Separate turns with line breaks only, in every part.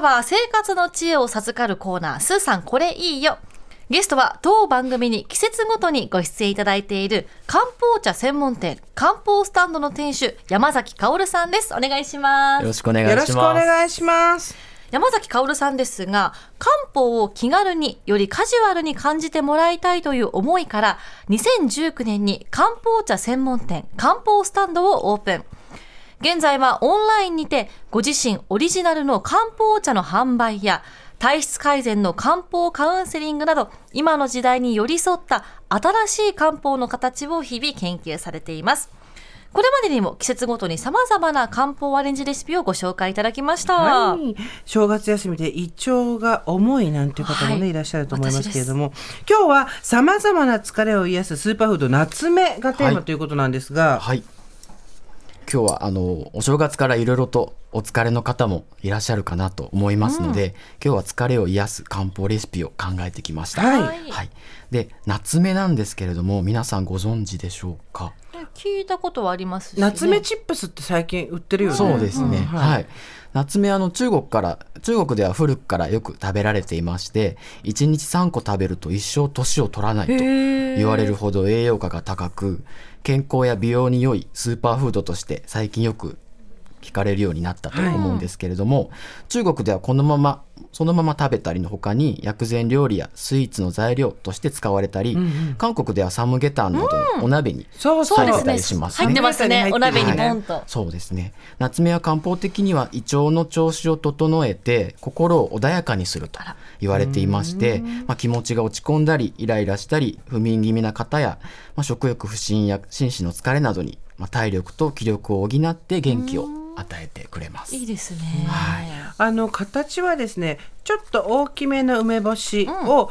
は生活の知恵を授かるコーナー、スーさんこれいいよ。ゲストは当番組に季節ごとにご出演いただいている漢方茶専門店漢方スタンドの店主山崎薫さんですお願いしま
よ
す
ろしくお願い
よろし
し
くお
ます。
願いします。
山崎薫さんですが漢方を気軽によりカジュアルに感じてもらいたいという思いから2019年に漢方茶専門店漢方スタンドをオープン現在はオンラインにてご自身オリジナルの漢方茶の販売や体質改善の漢方カウンセリングなど今の時代に寄り添った新しい漢方の形を日々研究されていますこれまでにも季節ごとに様々な漢方アレンジレシピをご紹介いただきました、
はい、正月休みで胃腸が重いなんて方もね、
はい
い、らっしゃると思いますけれども今日はさまざまな疲れを癒すスーパーフード夏目がテー
は
マ
い
ということなんですが、
はい。今日はあのお正月からいろいろとお疲れの方もいらっしゃるかなと思いますので、今日は疲れを癒す漢方レシピを考えてきました。
はい
はい
はい。で夏目なんですけれども皆さんご存知でしょうか。
聞いたことはありますし、ね、
夏目チップスって最近売ってるよね
そうですね、
ん
はい、
はい
夏目あの中国から中国では古くからよく食べられていまして1日3個食べると一生年を取らないと言われるほど栄養価が高く健康や美容に良いスーパーフードとして最近よく聞かれるようになったと思うんですけれども、中国ではこのままそのまま食べたりの他に薬膳料理やスイーツの材料として使われたり、韓国ではサムゲタンなどのお鍋に
そう
そう
そう
で
入っ
す
た
ね
りしますね
入ってますねお
入っ
鍋
てる
にポンと、
そうですね夏目は漢方的には胃腸の調子を整えて心を穏やかにすると言われていまして、まあ、気持ちが落ち込んだりイライラしたり不眠気味な方や、まあ、食欲不振や心身の疲れなどに、まあ、体力と気力を補って元気を与えてくれます
いいですね、
あの形はですねちょっと大きめの梅干しを、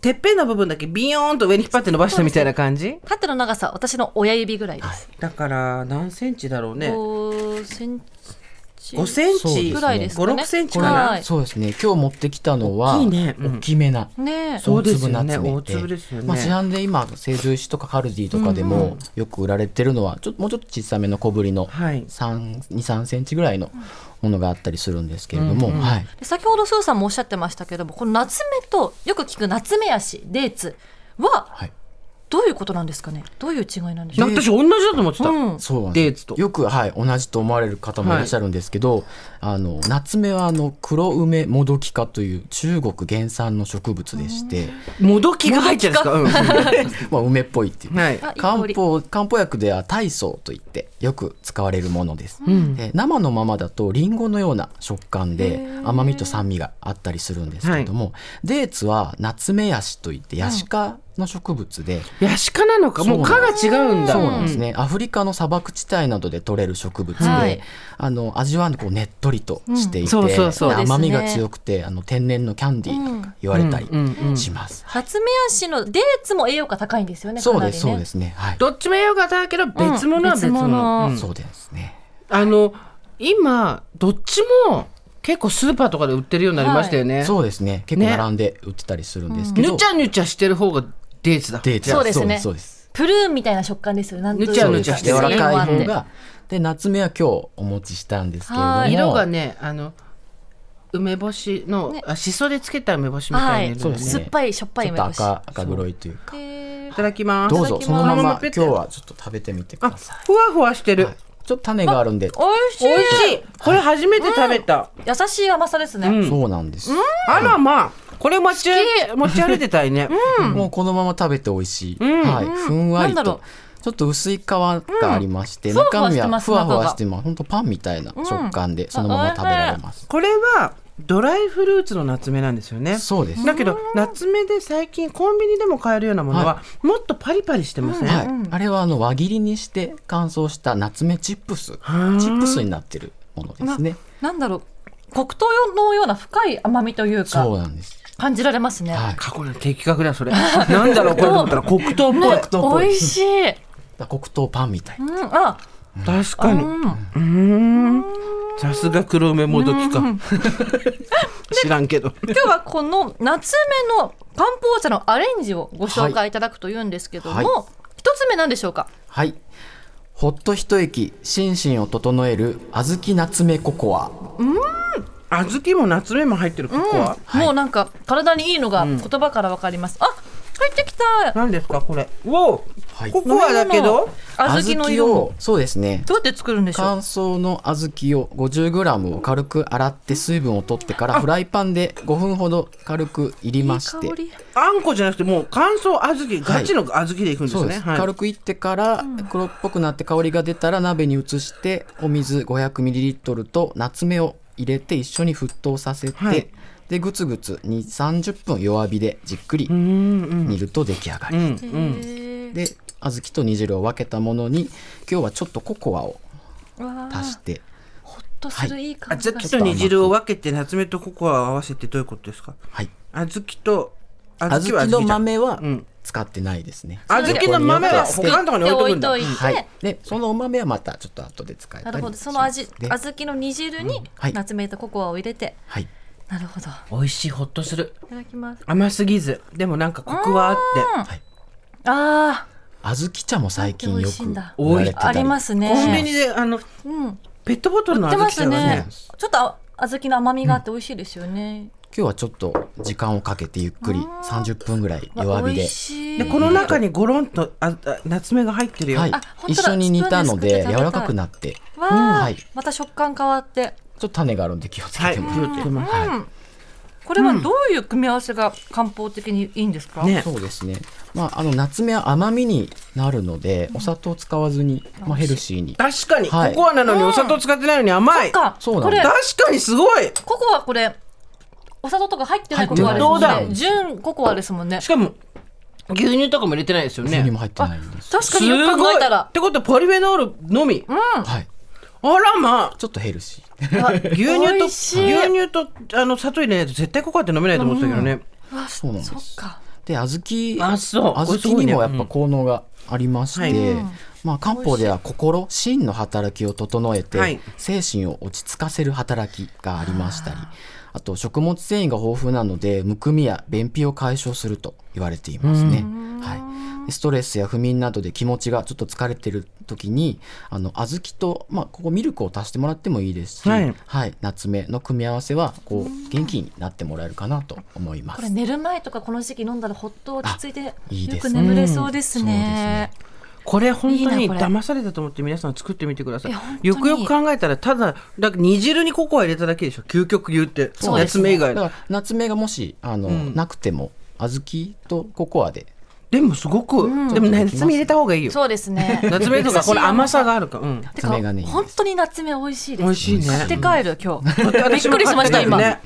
てっぺんの部分だけビヨーンと上に引っ張って伸ばしたみたいな感じ
縦の長さ私の親指ぐらいです、
だから何センチだろうね
5センチ
5セン
そうです
チ
ね
ぐらいですかね
56センチ
こ
か
れ
な、
はい
そうですね今日持ってきたのは
大きいねうん
大きめな、
ねえ
そうですよね
大粒ナ
大
ツメ
粒ですよね
まあ、市販で今成城石とかカルディとかでもよく売られてるのはちょっともうちょっと小さめの小ぶりの
はい
23センチぐらいのものがあったりするんですけれども、はい、
で先ほどスーさんもおっしゃってましたけどもこの夏目とよく聞く夏目足デーツは
はい、
どういうことなんですかねどういう違いなんでしょう
私同じだと思ってた、
うん
そうなんです
デーツと
よく、はい、同じと思われる方もいらっしゃるんですけど、あの夏目はあの黒梅もどきかという中国原産の植物でして、
もどきが入っちゃうんですか、
まあ、梅っぽいっていう
うん、 はい
あいい
漢
香り
方漢方薬では大草といってよく使われるものです、で生のままだとリンゴのような食感で甘みと酸味があったりするんですけれども、デーツはナツメヤシといってヤシ科の植物で、
ヤシ科なのかもう科が違うんだ
そうなんですね、アフリカの砂漠地帯などで採れる植物で、
はい
あの味はこうねっとりとしていて、
うんそうそうそう
で
ですね
甘みが強くてあの天然のキャンディーとか言われたり
うんうんうん
します、
夏目足のデーツも栄養価高いんですよね
そうです
か
そ
なり
う
ね
ですねはい、
どっちも栄養価高いけど
うん
別物は別物,、
別物
そうですね
あの今どっちも結構スーパーとかで売ってるようになりましたよね、
そうですね。結構
ね
並んで売ってたりするんですけど。
ぬちゃぬちゃしてる方がデーツだ
デーツ
そうですね
そうです。
プルーンみたいな食感ですよねなんというか
ぬちゃぬちゃして
柔
る
ら
自然はあ
か
っ
い
て
方が。で、夏目は今日お持ちしたんですけれども
は。い
色がねあの梅干しの、あしそでつけた梅干しみたいな色
そう
だ
で
ね
す
酸っ
ね
ぱいしょっぱい
ちょっ
梅
と
干し
赤赤黒いというか。
へ
い
ー
ただきます
どうぞ
いただきます
そのまま今
ペッて
日はちょっと食べてみてください。
ふわふわしてる、
はいちょっと種があるんで。
おいしい
美味しいこれ初めて食べた、
優しい甘さですね、
そうなんです。
あらまあこれ持ち持ち歩いてたいね、
もうこのまま食べて美味しい。はい。ふんわり
なんだろ
と。ちょっと薄い皮がありまして、
ん
中身はふ
ふわ
わふ
ふわしてます
わしてます。本当パンみたいな食感でそのまま食べられます。
これはドライフルーツの夏目なんですよね
そうです。
だけど夏目で最近コンビニでも買えるようなものは、
は
もっとパリパリしてますね、
はい、あれはあの輪切りにして乾燥したナツメチップスチ
ー
ップスになってるものですね
なんだろう黒糖のような深い甘みという
そう
か
なんです
感じられますね、
はい
過去の的確だそれなんだろうこれと思ったら黒糖っぽい
黒糖っぽい
美味しい、う
黒糖パンみたい
ん、あ、
確かにうーんさすが黒梅もどきか知らんけど
今日はこの夏目の漢方茶のアレンジをご紹介いただくというんですけども、
はいは
一つ目なんでしょうか
はいほっと一息心身を整える小豆ナツメココア
小豆も夏目も入ってるここは、
うん、もうなんか体にいいのが言葉からわかります、あ入ってきた
何ですかこれうおお、
はい
ココアだけど
小豆の色
小
も
豆をそうですね
どうやって作るんでしょう
乾燥の小豆を 50g を軽く洗って水分を取ってからフライパンで5分ほど軽くいりまし
香
て
り
あんこじゃなくてもう乾燥小豆ガチの小豆でいくんですね、
そうです、
はい
軽くいってから黒っぽくなって香りが出たら鍋に移してお水 500ml とナツメを入れて一緒に沸騰させて、
はい
でグツグツ2 30分弱火でじっくり
うんうん
煮ると出来上が
う
り、
ん
へー
で小豆と煮汁を分けたものに今日はちょっとココアを
わあ
足して
ほっとするいい
あ
感じ
小
が
豆と煮汁を分けて夏目とココアを合わせてどういうことですか
はい
小豆と小
小
豆は
豆の
小豆じゃん
豆は
うん
使ってないですね、
小豆の豆は
そ
他
こに
のところに置いとくんだ
置いといて、
はい、でそのお豆はまたちょっと後で使えた
な
り
るほどその味小豆の煮汁に
はい
ナツメイとココアを入れて、
はい
なるほどい
美味しいほっとする
ただきます
甘すぎずでもなんかコクはあって
あ
小豆茶も最近よく
美
売ら
味しいんだ
れて
ああ
たり
りますね
コンビニであの
うん
ペットボトル
売
の
って
小
ま
豆茶
す
が
ね
ね
ちょっとあ小豆の甘みがあって美味しいですよね、
今日はちょっと時間をかけてゆっくり30分ぐらい
わ
弱火
美味
で、
しい
でこの中にゴロンとああ夏目が入ってるよ、
はい
あ本当だ、
一緒に煮たの
スプ
で
ーンで作って食べたい
柔らかくなってち
わあ、
はい
また食感変わって、
ょっと種があるんで気をつけ
はい
ても
気
ら
を
っ
つ
て、
けます
はい
うんこれはどういう組み合わせが漢方的にいいんですか、
ね
そうですね、まあ、あの夏目は甘みになるのでお砂糖使わずに、まあ、ヘルシーに
確かに、
はい
ココアなのにお砂糖使ってないのに甘い、
か
そうな
こ
ん
れ
だ
確かにすごい
ココアこれお砂糖とか入ってないココアです
入
も
っ
ん
てない
ね純ココアですもんね
しかも牛乳とかも入れてないですよ
何
ね
も入ってないんです、
確かによく考えたら
ってことはポリフェノールのみ、あ
はい、
らまあ
ちょっとヘルシー
牛乳
美
と
味しい
牛乳とあの砂糖入れないと絶対ココアって飲めないと思ってたけどね、
あ
そうなんです
そっか
で小豆
あそうこれす
小
ご
豆に
いね
もやっぱ効能がありまして、
はい
うん
まあ、漢方では心心の働きを整えて、
はい
精神を落ち着かせる働きがありましたりあと食物繊維が豊富なのでむくみや便秘を解消すると言われていますね。はい、でストレスや不眠などで気持ちがちょっと疲れてる時にあの小豆と、まあ、ここミルクを足してもらってもいいですし、
はい
夏目の組み合わせはこう元気になってもらえるかなと思います。
これ寝る前とかこの時期飲んだらほっと落ち着いてよ
いいです
く眠れそうですね。
これ本当
いい
に
なこれ
騙されたと思って皆さん作ってみてください
いや本当に
よくよく考えたらただだ煮汁にココア入れただけでしょ究極言って
そうで
夏
すね
目以外
だ
の
から夏目がもしあの、
ん
なくても小豆とココアで
でもすごく、でもね夏目入れた方がいいよ
そうですね。
夏目とかこの甘さがあるから、う ん、
て
夏
か
目がねいいです
本当に夏目美味しいです。
美味しいね
買って帰る今日。
だっ
び
て
っ
私も
くりしました今。
ね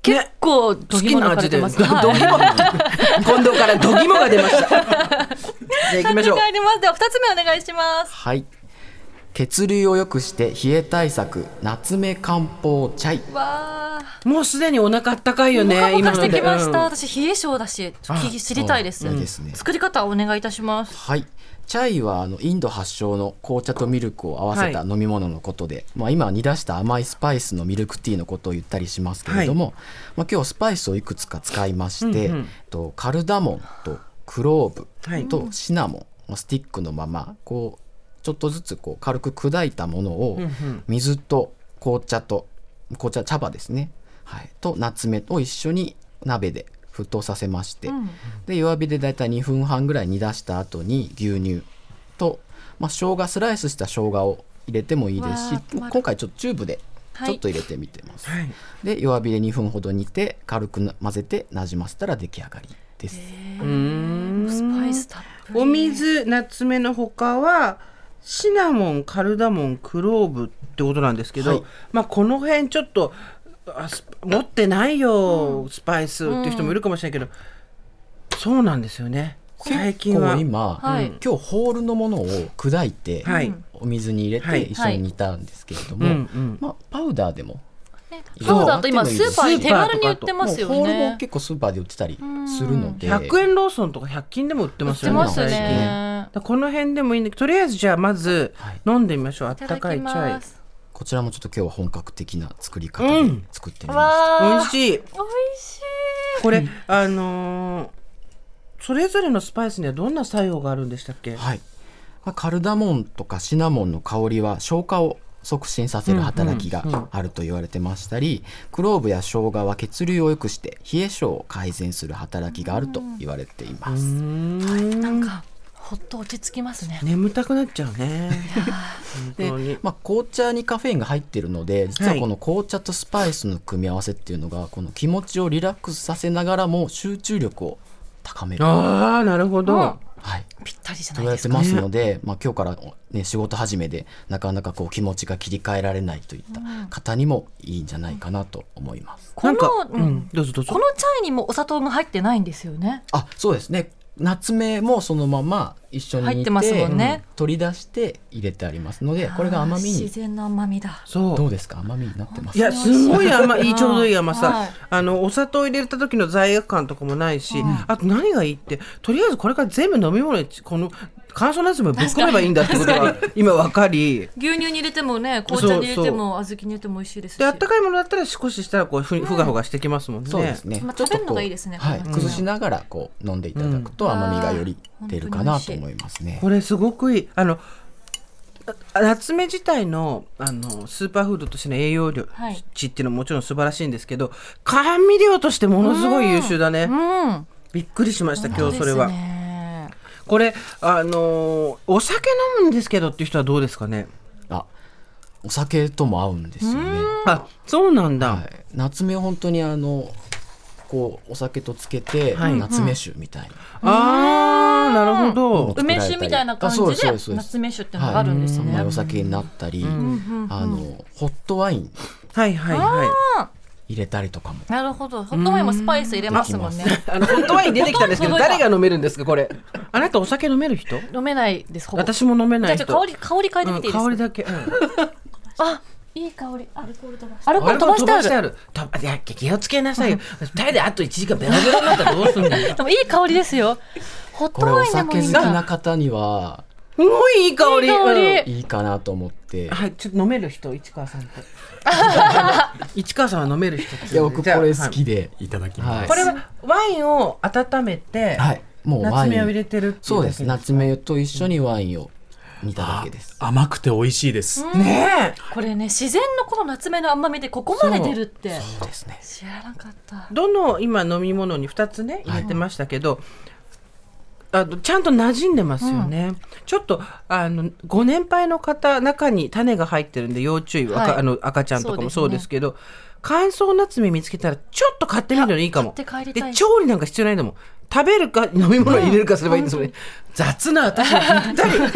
結構ド
好
ギ
き
モ
な
抜か
味
れ
で
てま
ドギ
す。
モ
はい
近藤からドギモが出ました じゃあ行きましょう
帰ります。では二つ目お願いします。
はい血流を良くして冷え対策夏目漢方チャイ
わあ。
もうすでにお腹あったかいよ
もか
ね
もかしてきま
今
し
ので
た。
うん
私冷え性だし、ちょっと聞き知りたいです
そうですね。
作り方お願いいたします。
はいチャイはあのインド発祥の紅茶とミルクを合わせた
は
飲み物のことで、まあ、今煮出した甘いスパイスのミルクティーのことを言ったりしますけれども、まあ、今日スパイスをいくつか使いまして、
うんうん
とカルダモンとクローブ、
はい
とシナモンのスティックのままこうちょっとずつこう軽く砕いたものを
ん
水と紅茶と紅茶茶葉ですね、はい、とナツメを一緒に鍋で沸騰させまして、
うん
で弱火でだいたい2分半ぐらい煮出した後に牛乳と、まあ、生姜スライスした生姜を入れてもいいです
わー
し今回ちょっとチューブで
はい
ちょっと入れてみてます、
はい
で弱火で2分ほど煮て軽くな混ぜてなじませたら出来上がりです、
うーん
スパイスたっぷり。
お水夏目のほかはシナモンカルダモンクローブってことなんですけど、
はい
まあこの辺ちょっとあス持ってないよ、スパイスっていう人もいるかもしれないけど、そうなんですよね最近
こ
は
う。今、
はい
今日ホールのものを砕いて、
はい
お水に入れ
は
て
い
一緒に煮たんですけれども、
うんうん
まあ、パウダーでも
そうだと今スーパーに手軽に売ってますよね。
もうホールも結構スーパーで売ってたりするので
100円ローソンとか100均でも売ってますよね。
売ってます
最近
ね
だからこの辺でもいいんだけど、とりあえずじゃあまず
はい
飲んでみましょう。あっ
い
た
た
か
だき
いチャ
ま
イ。
す。
こちらもちょっと今日は本格的な作り方で作ってみま
わ
美
あ
味。しい。
美味しい。
これ、あのーそれぞれのスパイスにはどんな作用があるんでしたっけ
した、はいまあカルダモンとかシナモンの香りは消化を促進させる働きがあると言われてましたり、クローブや生姜は血流を良くして冷え性を改善する働きがあると言われています。
なんかほっと落ち着きますね。
眠たくなっちゃうね。
で
本当に。
まあ、紅茶にカフェインが入っているので実はこの紅茶とスパイスの組み合わせっていうのがこの気持ちをリラックスさせながらも集中力を高める、は
ああ、なるほど。
い、
ぴったりじゃ
と
ない
言
で
われ
す
て
か。
ますので、まあ、今日から、ね、仕事始めでなかなかこう気持ちが切り替えられないといった方にもいいんじゃないかなと思います。
こ
なんか、
の、
う
うん
ん、どうぞどう
こ
ぞ
の。チャイにもお砂糖が入ってないんですよね。
あそうですね夏目もそのまま一緒に
入
煮
って
て
ますもんね
うん取り出して入れてありますのでこれが甘み
あー自
に
然の甘みだ。
そう
ど。うですか甘みになってます
いやすごい甘いいちょうどいい甘さ、
はい
あのお砂糖入れた時の罪悪感とかもないし、あと何がいいってとりあえずこれから全部飲み物にこの乾燥ナスもぶっ込めばいいんだってことが今分かり
牛乳に入れてもね、紅茶に入れても、小豆に入れても美味しいですし。
であったかいものだったら少ししたらこうふふがふがしてきますもんね。
そうですね。
まあ
ちょっと
食べ
こう
るのがいいですね
はい、
この
崩しながらこう飲んでいただく
うん
と甘みがより出るかなと思いますね。
これすごくいいあのあ夏目自体のあのスーパーフードとしての栄養量
はい
値っていうのももちろん素晴らしいんですけど甘味料としてものすごい優秀だね、
うん。
びっくりしました今日それは、
そうですね
これあのーお酒飲むんですけどっていう人はどうですかね
あ、お酒とも合うんですよね。
あそうなんだ、
はい、夏目は本当にあのこうお酒とつけて、
はい
夏目酒みたいな、
あーなるほど、
うん
梅酒みたいな感じ
あそうですそうですそ
で、
うです
夏目酒ってのがあるんです
甘い
ね
お。酒になったり、あのホットワイン
はいはいはい
入れたりとかも。
なるほど、ホットワインもスパイス入れますもんね。
あのホットワイン出てきたんですけど
ほとんど
誰が飲めるんですかこれあなたお酒飲める人
飲めないです。ほぼ
私も飲め
じ
な
ゃあ
い
ちょ
人
っと香り香り変えてみていいですか
うん香。りだけ、うん
あ、いい香り。アルコール飛ばして。アルコール飛ばして
あ
ある。
れる飛ばしてあるといや気をつけなさいよ二人であと1時間ベラベラになったらどう すんだよ
でもいい香りですよ。ホット
これお
ワインでも
酒
い
好
い
き
ん
な
だ。
方には
すごいいい香り
いい香り
うん
いいかなと思って。
はいちょっと飲める人市 川さんと市川さんは飲める人ってう
いや僕これ
じゃあ
好きで、
いただきます。
これはワインを温めて、
はい、もうワ
夏
イン
目を入れてるっていうだけ
そうです夏目と一緒にワインを煮ただけです。
甘くて美味しいです。
ねえ
これね、自然のこの夏目の甘みでここまで出るって
そうですね。
知らなかった。
どの今飲み物に2つね入れてましたけど、あのちゃんと馴染んでますよね、ちょっとあのご年配の方中に種が入ってるんで要注意、
はい
赤あの赤ちゃんとかも
そ
そうう
ですね
ですけど乾燥夏目見つけたらちょっと買ってみるのいいかも
買って帰り
で
たい
調理なんか必要ないんだもん食べるか飲み物入れるかすればいいんですよね、雑な私にぴったり
あと韓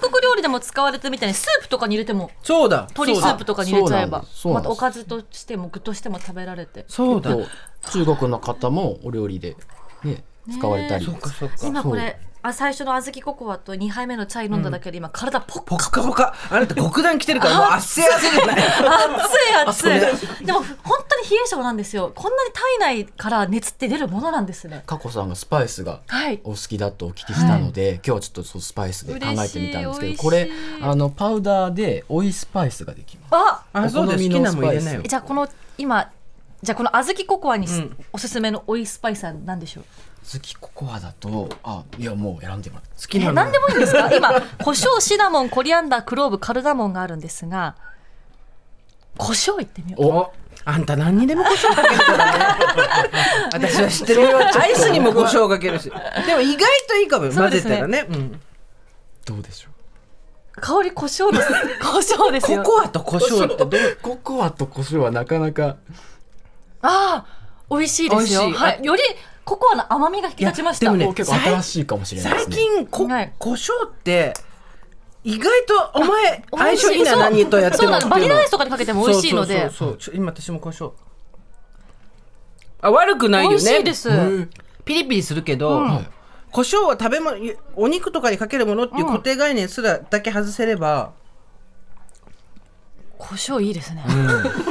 国料理でも使われてるみたいにスープとかに入れても
そうだ
鶏スープとかに入れちゃえば
そう
ま
なんですそうなん
た
で
お
す
かずとしても具としても食べられて
そうだ
こう中国の方もお料理でね使われたり。
そうかそうか
今これあ最初の小豆ココアと2杯目のチャイ飲んだだけで今体ポッ
ポッカポカあなた極段来てるからもう汗汗じゃない
熱い熱いでも本当に冷え性なんですよこんなに体内から熱って出るものなんですね
佳子さんがスパイスが
はい
お好きだとお聞きしたので、今日はちょっとそうスパイスで考えてみたんです
嬉
け
しい
ど、これ
美味しい
あのパウダーで追いスパイスができます。
あ
あそうです好きなもん入れないよ
えじゃあこの今じゃあこの小豆ココアにす、
うん
おすすめのオイスパイスは何でしょう
好きココアだとあいやもう選んでもらって
好き
え
なの
何でもいいんですか今胡椒シナモンコリアンダークローブカルダモンがあるんですが胡椒いってみよう
おあんた何にでも胡椒かけるからね私は知ってる よアイスにも胡椒かけるしでも意外といいかもよ
そう
混
で
ぜ
すね
たらねうん
どうでしょ
香り胡椒です胡椒ですよ
ココアと胡椒ってどう
う。ココアと胡椒はなかなか
ああ美味しいです
美
よ
味しい
はいよりココアの甘みが引き立ちました
いやでもね
結構新しいかもしれないで
最
すね。
近こ
はい
胡椒って意外とお前
美
相
味しい
性いいな
そう
何とやって
そう
も
な
って
の
いう
バニラアイスとかにかけても美味しいので
そうそうそうそうちょ今私も胡椒あ悪くないよね
美味しいです
うんピリピリするけど、
はい
胡椒は食べ物お肉とかにかけるものっていう固定概念すらだけ外せれば、
胡椒いいですね、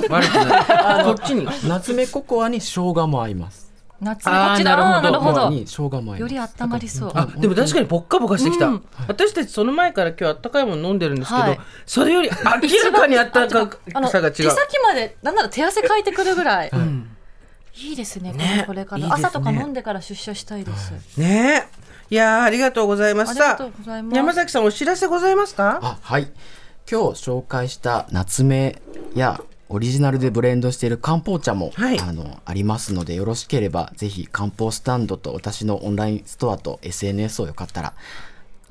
悪く ない。こっちに。
夏目ココアに生姜も合います。
夏のこっちだ
あ
あーな
ーな
る
る
ほ
ほ
ココア
ど
に生姜も合い
よ
ます。
り温まりそう
あ、でも確かにぽっかぽかしてきた、
うん
私たちその前から今日あったかいもの飲んでるんですけど、
はい
それより明らかにあったかさが違
手
う。
先までなんなら手汗かいてくるぐらい、
ん
いいですね
ね
これから
いいですね
朝とか飲んでから出社したいです、
ねえ。いやーありがとうございまし
ありが
た
とうございます
山崎さんお知らせございますか
あはい。今日紹介した夏目やオリジナルでブレンドしている漢方茶も、
はい
あのありますのでよろしければぜひ漢方スタンドと私のオンラインストアと SNS をよかったら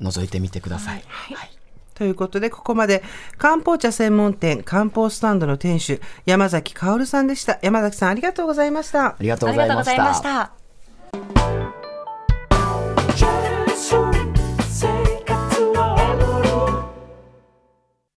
覗いてみてください。はい
ということで、ここまで漢方茶専門店漢方スタンドの店主、山崎薫さんでした。山崎さんありがとうございました
あ。りがと
あ
う
り
ござ
が
い
とうご
ま
ざいま
し。
したた。